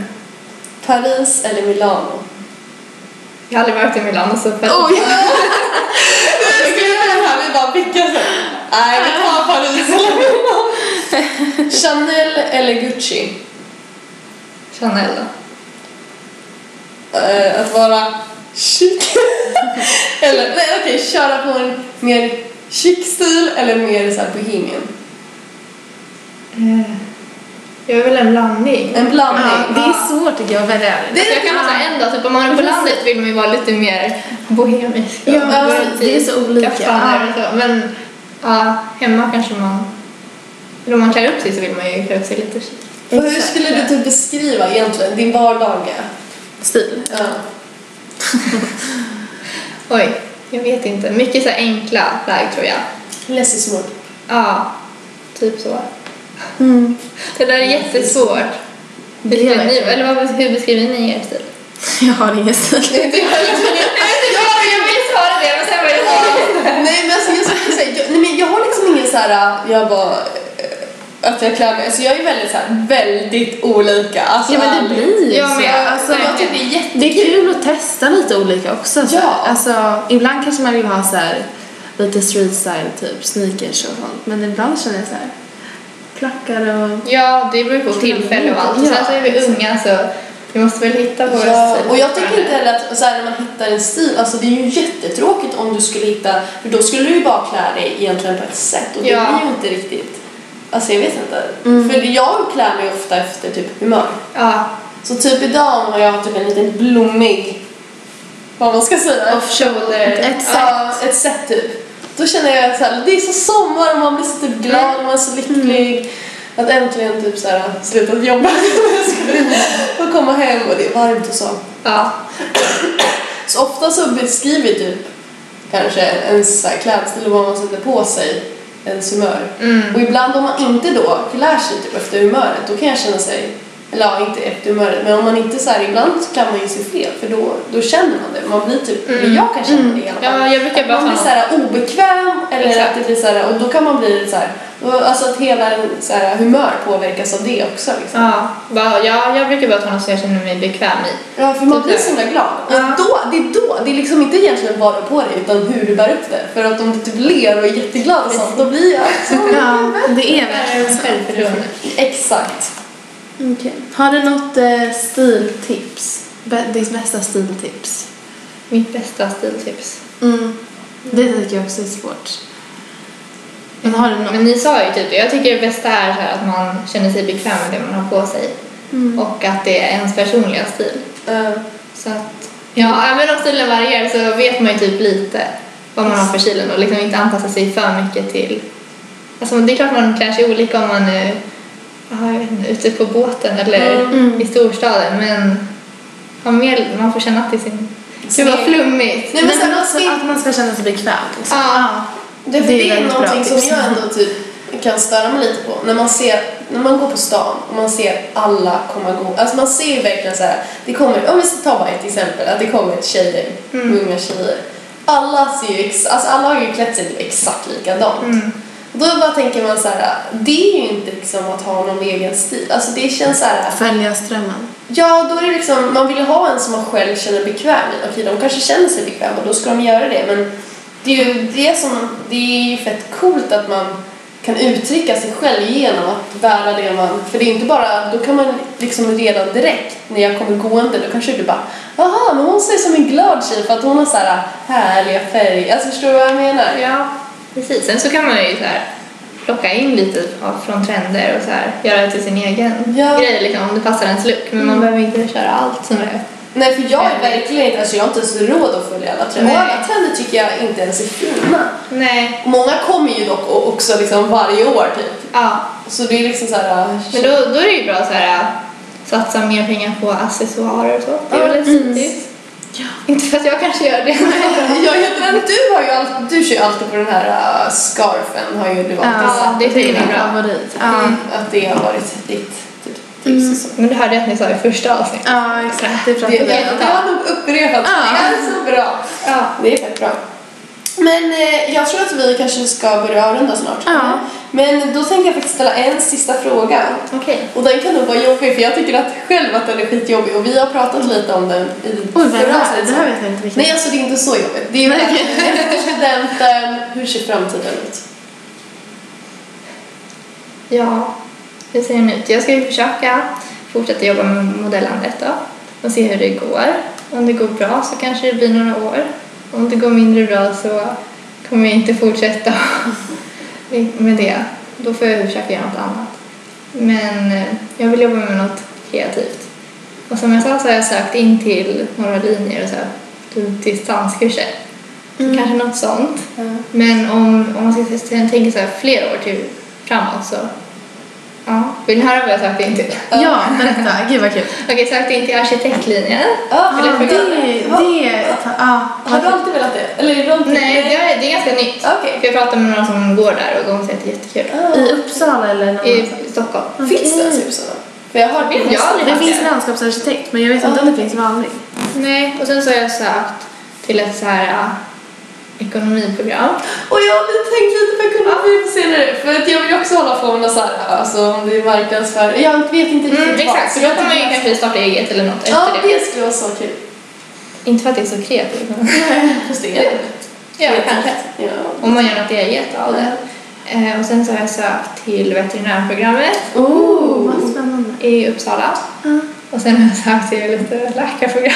[SPEAKER 4] Paris eller Milano?
[SPEAKER 3] Jag har aldrig varit i Milano så fel.
[SPEAKER 1] Oj!
[SPEAKER 4] Jag skulle göra det här, vi bara vilka så. Nej, vi tar Paris eller Milano. Chanel eller Gucci?
[SPEAKER 3] Chanel då.
[SPEAKER 4] Eh, att vara chic. eller nej okej, köra på en mer chic stil eller mer så här bohemian.
[SPEAKER 3] Eh, Jag är väl en blandning.
[SPEAKER 4] En blandning.
[SPEAKER 1] Ja, det är svårt tycker jag att välja.
[SPEAKER 3] Det jag kan vara så här en dag, typ om man är på landet vill man ju vara lite mer bohemisk. och
[SPEAKER 1] Ja,
[SPEAKER 3] gå
[SPEAKER 1] alltså,
[SPEAKER 3] runt i
[SPEAKER 1] det är så olika.
[SPEAKER 3] Kaftaner och så. Men ja, hemma kanske man... Eller om man klär upp sig så vill man ju klä upp sig lite chic.
[SPEAKER 4] Och hur skulle du typ beskriva egentligen din vardagliga?
[SPEAKER 1] Stil.
[SPEAKER 4] Ja.
[SPEAKER 3] Oj, jag vet inte. Mycket så här enkla plagg tror jag.
[SPEAKER 4] Less is more.
[SPEAKER 3] Ja, typ så.
[SPEAKER 1] Mm.
[SPEAKER 3] Det där är jättesvårt.
[SPEAKER 1] Det är
[SPEAKER 3] Beskriver ni,
[SPEAKER 1] verkligen-
[SPEAKER 3] eller vad, hur beskriver ni er stil?
[SPEAKER 1] Jag har ingen stil.
[SPEAKER 4] Nej, det var liksom-
[SPEAKER 3] Jag vet inte varför jag ville svara det, men sen var jag...
[SPEAKER 4] nej men alltså jag skulle säga, jag, nej, men jag har liksom ingen så här, jag bara eh, att jag klär mig, alltså jag är väldigt så här, väldigt olika. Alltså,
[SPEAKER 1] Ja men det blir ju
[SPEAKER 3] Jag
[SPEAKER 1] så.
[SPEAKER 3] med.
[SPEAKER 1] Alltså,
[SPEAKER 3] Men jag tycker
[SPEAKER 4] det är jätte-
[SPEAKER 1] det är kul att testa lite olika också. Så.
[SPEAKER 4] Ja.
[SPEAKER 1] Alltså, ibland kanske man vill ha så här, lite street style typ, sneakers och sånt. Men ibland känner jag så här, klackar och...
[SPEAKER 3] Ja, det beror på tillfälle och allt. Och sen så är vi unga så vi måste väl hitta våra
[SPEAKER 4] Ja,
[SPEAKER 3] stil
[SPEAKER 4] och jag tycker inte
[SPEAKER 3] fortfarande.
[SPEAKER 4] heller att så här, när man hittar en stil, alltså det är ju jättetråkigt om du skulle hitta, för då skulle du ju bara klä dig egentligen på ett sätt och det
[SPEAKER 3] Ja.
[SPEAKER 4] blir ju inte riktigt, alltså jag vet inte. För jag klär mig ofta efter typ humör.
[SPEAKER 3] Ja,
[SPEAKER 4] Så typ idag har jag typ en liten blommig, vad man ska säga,
[SPEAKER 3] off shoulder.
[SPEAKER 1] Ett
[SPEAKER 3] Ja.
[SPEAKER 1] sätt.
[SPEAKER 4] Ja, ett sätt typ. Då känner jag så här, det är så sommar och man blir så typ glad och man är så lycklig. Att äntligen typ så här, slutat jobba och komma hem och det är varmt och så.
[SPEAKER 3] Ja,
[SPEAKER 4] Så ofta så beskriver typ kanske ens så här klädstil och vad man sätter på sig ens humör.
[SPEAKER 3] Mm.
[SPEAKER 4] Och ibland om man inte då klär sig typ efter humöret då kan jag känna sig Eller ja, inte efter humöret, men om man inte så här, ibland så kan man ju se fel för då, då känner man det. Man blir typ, eller jag kan känna det i alla fall.
[SPEAKER 3] Mm. Ja, jag brukar bara
[SPEAKER 4] man blir
[SPEAKER 3] ta
[SPEAKER 4] så här obekväm eller
[SPEAKER 3] Exakt.
[SPEAKER 4] att det blir så här, och då kan man bli så här, och alltså att hela så här, humör påverkas av det också liksom.
[SPEAKER 3] Ja, bara, ja, jag brukar bara ta något som jag känner mig bekväm i.
[SPEAKER 4] Ja, för man
[SPEAKER 3] Typ
[SPEAKER 4] blir
[SPEAKER 3] det.
[SPEAKER 4] så himla glad.
[SPEAKER 3] Ja.
[SPEAKER 4] Och då, det är då, det är liksom inte egentligen bara på dig utan hur du bär upp det. För att om du typ ler och är jätteglad och sånt, då blir jag så.
[SPEAKER 1] Ja, det är verkligen så.
[SPEAKER 3] Självförtroende.
[SPEAKER 4] Exakt.
[SPEAKER 1] Okej. Har du något eh, stiltips? Bä- ditt bästa stiltips?
[SPEAKER 3] Mitt bästa stiltips.
[SPEAKER 1] Mm. Det tycker jag också är svårt. Men har du något?
[SPEAKER 3] Men ni sa ju typ det. Jag tycker det bästa är så här att man känner sig bekväm med det man har på sig.
[SPEAKER 4] Mm.
[SPEAKER 3] Och att det är ens personliga stil.
[SPEAKER 4] Eh,
[SPEAKER 3] Så att, ja, även om stilen varierar så vet man ju typ lite vad man har för kilen och liksom inte anpassa sig för mycket till... Alltså det är klart man klär sig olika om man är ja, jag vet inte, ute på båten eller
[SPEAKER 1] Mm.
[SPEAKER 3] i storstaden men ha mer, man får känna till sin... Gud vad
[SPEAKER 4] Stil.
[SPEAKER 3] flummigt!
[SPEAKER 4] Nej, men sen
[SPEAKER 1] men
[SPEAKER 4] har
[SPEAKER 1] också
[SPEAKER 4] vi-
[SPEAKER 1] att man ska känna sig bekväm. Liksom.
[SPEAKER 3] Ja.
[SPEAKER 4] Det, för
[SPEAKER 1] Det är
[SPEAKER 4] det är
[SPEAKER 1] väldigt bra
[SPEAKER 4] någonting som
[SPEAKER 1] tips.
[SPEAKER 4] jag ändå typ kan störa mig lite på. När man, ser, när man går på stan och man ser alla komma gå. Alltså man ser ju verkligen så här. Det kommer, om vi ska ta bara ett exempel. Att det kommer ett tjejer,
[SPEAKER 1] Mm.
[SPEAKER 4] unga tjejer. Alla ser ju, ex, alltså alla har ju klätt sig typ exakt likadant.
[SPEAKER 3] Mm.
[SPEAKER 4] Då bara tänker man så här. Det är ju inte liksom att ha någon egen stil. Alltså det känns så här.
[SPEAKER 1] Följa strömmen.
[SPEAKER 4] Ja, då är det liksom, man vill ju ha en som man själv känner bekväm i. Okej, de kanske känner sig bekväma och då ska de göra det. Men det är ju det som, det är ju fett coolt att man kan uttrycka sig själv genom att bära det man... För det är inte bara, då kan man liksom redan direkt när jag kommer gående, då kanske du bara Aha, men hon ser som en glad tjej för att hon har så här härliga färger. Alltså förstår du vad jag menar?
[SPEAKER 3] Ja, precis. Sen så kan man ju så här plocka in lite av- från trender och så här, göra det till sin egen
[SPEAKER 4] Ja.
[SPEAKER 3] grej liksom, om det passar ens look. Men man behöver inte köra allt som det
[SPEAKER 4] Nej, för jag är verkligen inte, alltså jag har inte ens råd att följa alla trender. Och
[SPEAKER 3] Nej.
[SPEAKER 4] alla trender tycker jag inte ens är fina.
[SPEAKER 3] Nej.
[SPEAKER 4] Många kommer ju dock o- också liksom varje år typ.
[SPEAKER 3] Ja.
[SPEAKER 4] Så det är liksom så här.
[SPEAKER 3] Men då, då är det ju bra så här satsa mer pengar på accessoarer och så. Det är väl ett tips. Inte för att jag kanske gör det.
[SPEAKER 4] äh, Jag är ju den, du har ju alltid, du kör ju alltid på den här äh, scarfen har ju du alltid
[SPEAKER 3] Ja, det tycker jag är
[SPEAKER 1] min
[SPEAKER 3] bra.
[SPEAKER 1] favorit. Ja,
[SPEAKER 4] Att det har varit ditt typ, tips och så.
[SPEAKER 3] Men det hörde jag att ni sa i första avsnittet.
[SPEAKER 1] ja exakt. Det
[SPEAKER 4] Det,
[SPEAKER 1] pratade
[SPEAKER 4] det,
[SPEAKER 1] vi om.
[SPEAKER 4] det har nog upprepats.
[SPEAKER 1] Ja.
[SPEAKER 4] Det är så bra.
[SPEAKER 3] Ja.
[SPEAKER 4] Det är fett bra. Men eh, jag tror att vi kanske ska börja avrunda snart.
[SPEAKER 1] Ja.
[SPEAKER 4] Men då tänkte jag faktiskt ställa en sista fråga.
[SPEAKER 3] Okej.
[SPEAKER 4] Och den kan nog vara jobbig för jag tycker att själv att den är skitjobbig och vi har pratat lite om den i
[SPEAKER 1] Oj, vad bra.
[SPEAKER 4] avsnittet.
[SPEAKER 1] Det här vet jag inte riktigt.
[SPEAKER 4] Nej, alltså det är inte så jobbigt. Det är ju verkligen efter studenten, hur ser framtiden ut?
[SPEAKER 3] Ja, hur ser den ut? Jag ska ju försöka fortsätta jobba med modellandet då och se hur det går. Om det går bra så kanske det blir några år. Om det går mindre bra så kommer jag inte fortsätta med det. Då får jag försöka göra något annat. Men eh, jag vill jobba med något kreativt. Och som jag sa så har jag sökt in till några linjer och så här, till distanskurser. Så Kanske något sånt. Men om, om man ska sen tänka så här flera år till framåt så... Ja. Vill ni höra vad jag sökte in till?
[SPEAKER 1] Ja, berätta. Gud vad kul.
[SPEAKER 3] Okej, sökte in till arkitektlinjen.
[SPEAKER 4] Ja,
[SPEAKER 1] Ja, det, det, ja.
[SPEAKER 4] Har du alltid velat det? Eller är det någonting?
[SPEAKER 3] Nej, det är, det är ganska nytt.
[SPEAKER 4] Okej.
[SPEAKER 3] För jag pratade med några som går där och de säger att det är jättekul.
[SPEAKER 4] Ah.
[SPEAKER 1] I Uppsala eller någon
[SPEAKER 3] I
[SPEAKER 1] annanstans?
[SPEAKER 3] Stockholm.
[SPEAKER 4] Finns det ens i Uppsala? För jag har hört
[SPEAKER 3] Vet jag aldrig.
[SPEAKER 1] Det finns landskapsarkitekt, men jag vet inte om det finns vanlig.
[SPEAKER 3] Nej, och sen så har jag sökt till ett så här ja, ekonomiprogram.
[SPEAKER 4] Och jag hade tänkt lite på ekonomi på senare för att jag vill ju också hålla på med något så här, alltså om det är marknadsföring. Jag vet inte riktigt
[SPEAKER 3] Mm, exakt,
[SPEAKER 4] så
[SPEAKER 3] så
[SPEAKER 4] jag
[SPEAKER 3] då kommer jag ju
[SPEAKER 4] tänkte-
[SPEAKER 3] kanske starta eget eller något efter
[SPEAKER 4] Ja,
[SPEAKER 3] det.
[SPEAKER 4] det skulle vara så kul.
[SPEAKER 3] Inte för att det är så kreativt. men-
[SPEAKER 4] Fast det är det.
[SPEAKER 3] ja, kanske.
[SPEAKER 4] Ja.
[SPEAKER 3] Om man gör något eget av det. Eh, och sen så har jag sökt till veterinärprogrammet
[SPEAKER 1] Oh, vad spännande.
[SPEAKER 3] i Uppsala. Och sen har jag sökt till lite läkarprogram.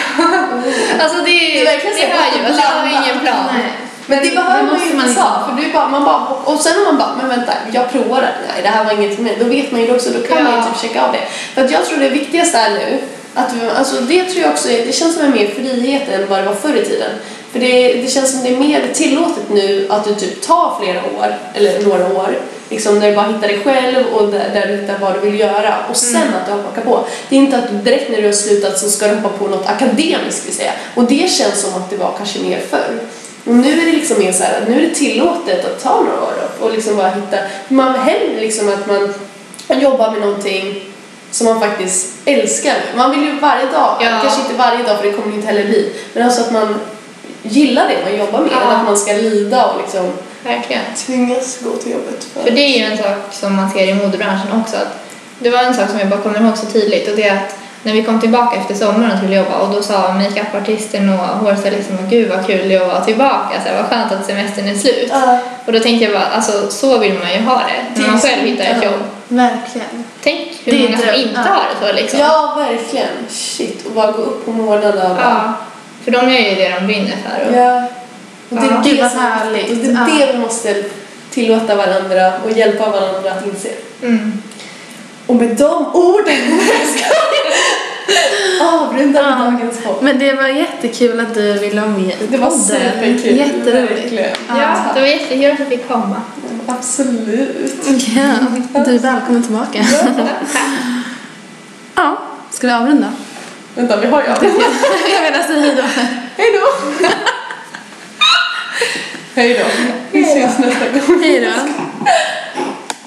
[SPEAKER 3] alltså det är,
[SPEAKER 4] Det är verkligen så
[SPEAKER 3] hör ju,
[SPEAKER 4] att
[SPEAKER 3] alltså jag har
[SPEAKER 4] blanda.
[SPEAKER 3] ingen plan.
[SPEAKER 1] Nej.
[SPEAKER 4] Men det behöver
[SPEAKER 1] det
[SPEAKER 4] man ju
[SPEAKER 1] måste man
[SPEAKER 4] inte
[SPEAKER 1] inte
[SPEAKER 4] ha. För du bara, man bara, och sen om man bara, men vänta, jag provar det. Nej, det här var inget för mig. Då vet man ju det också, då kan man ju
[SPEAKER 3] Ja.
[SPEAKER 4] typ checka av det. För att jag tror det viktigaste är nu, att vi, alltså det tror jag också är, det känns som en mer frihet än vad det var förr i tiden. För det, det känns som det är mer tillåtet nu att du typ tar flera år, eller några år, liksom när du bara hittar dig själv och där, där du hittar vad du vill göra och sen att du hakar på. Det är inte att du direkt när du har slutat så ska du hoppa på något akademiskt vill säga. Och det känns som att det var kanske mer förr. Och nu är det liksom mer så här, att nu är det tillåtet att ta några år upp och liksom bara hitta, man hellre liksom att man jobbar med någonting som man faktiskt älskar. Man vill ju varje dag,
[SPEAKER 3] Ja.
[SPEAKER 4] kanske inte varje dag för det kommer inte heller bli, men alltså att man gillar det man jobbar med,
[SPEAKER 3] Ja.
[SPEAKER 4] än att man ska lida och liksom
[SPEAKER 3] Verkligen.
[SPEAKER 4] tvingas gå till jobbet.
[SPEAKER 3] För det är ju en sak som man ser i modebranschen också. Att det var en sak som jag bara kommer ihåg så tydligt och det är att när vi kom tillbaka efter sommaren och skulle jobba och då sa makeupartisten och hårstylisten och gud vad kul det är att vara tillbaka, så här, vad skönt att semestern är slut.
[SPEAKER 4] Ja.
[SPEAKER 3] Och då tänkte jag bara, alltså så vill man ju ha det när man
[SPEAKER 4] Tills-
[SPEAKER 3] själv hittar ett
[SPEAKER 4] ja.
[SPEAKER 3] jobb.
[SPEAKER 1] Verkligen.
[SPEAKER 3] Tänk hur
[SPEAKER 1] Det är
[SPEAKER 3] många som
[SPEAKER 1] dröm,
[SPEAKER 3] inte
[SPEAKER 1] ja.
[SPEAKER 3] har det så liksom.
[SPEAKER 4] Ja, verkligen. Shit, och bara gå upp på morgnarna och bara...
[SPEAKER 3] Ja. För de gör ju det de brinner för. Och,
[SPEAKER 4] Ja. Och det är
[SPEAKER 3] Ja.
[SPEAKER 4] det
[SPEAKER 1] Gud, vad
[SPEAKER 4] som är
[SPEAKER 1] härligt.
[SPEAKER 4] viktigt. Och det är
[SPEAKER 1] Ja.
[SPEAKER 4] det vi måste tillåta varandra och hjälpa varandra att inse.
[SPEAKER 3] mm.
[SPEAKER 4] Och med de orden ska vi avrunda
[SPEAKER 1] Ja.
[SPEAKER 4] dagens podd.
[SPEAKER 1] Men det var jättekul att du ville vara med i
[SPEAKER 4] Det var superkul.
[SPEAKER 1] Jätteroligt.
[SPEAKER 4] verkligen.
[SPEAKER 3] ja. det var jättekul att jag fick komma.
[SPEAKER 4] Absolut.
[SPEAKER 1] Ja, du är välkommen tillbaka. Ja, ska vi avrunda?
[SPEAKER 4] Vänta, vi har ju avsnitt.
[SPEAKER 1] Jag menar, säg hej då.
[SPEAKER 4] Hej då! Hej då. Vi ses nästa gång.
[SPEAKER 1] Hej då.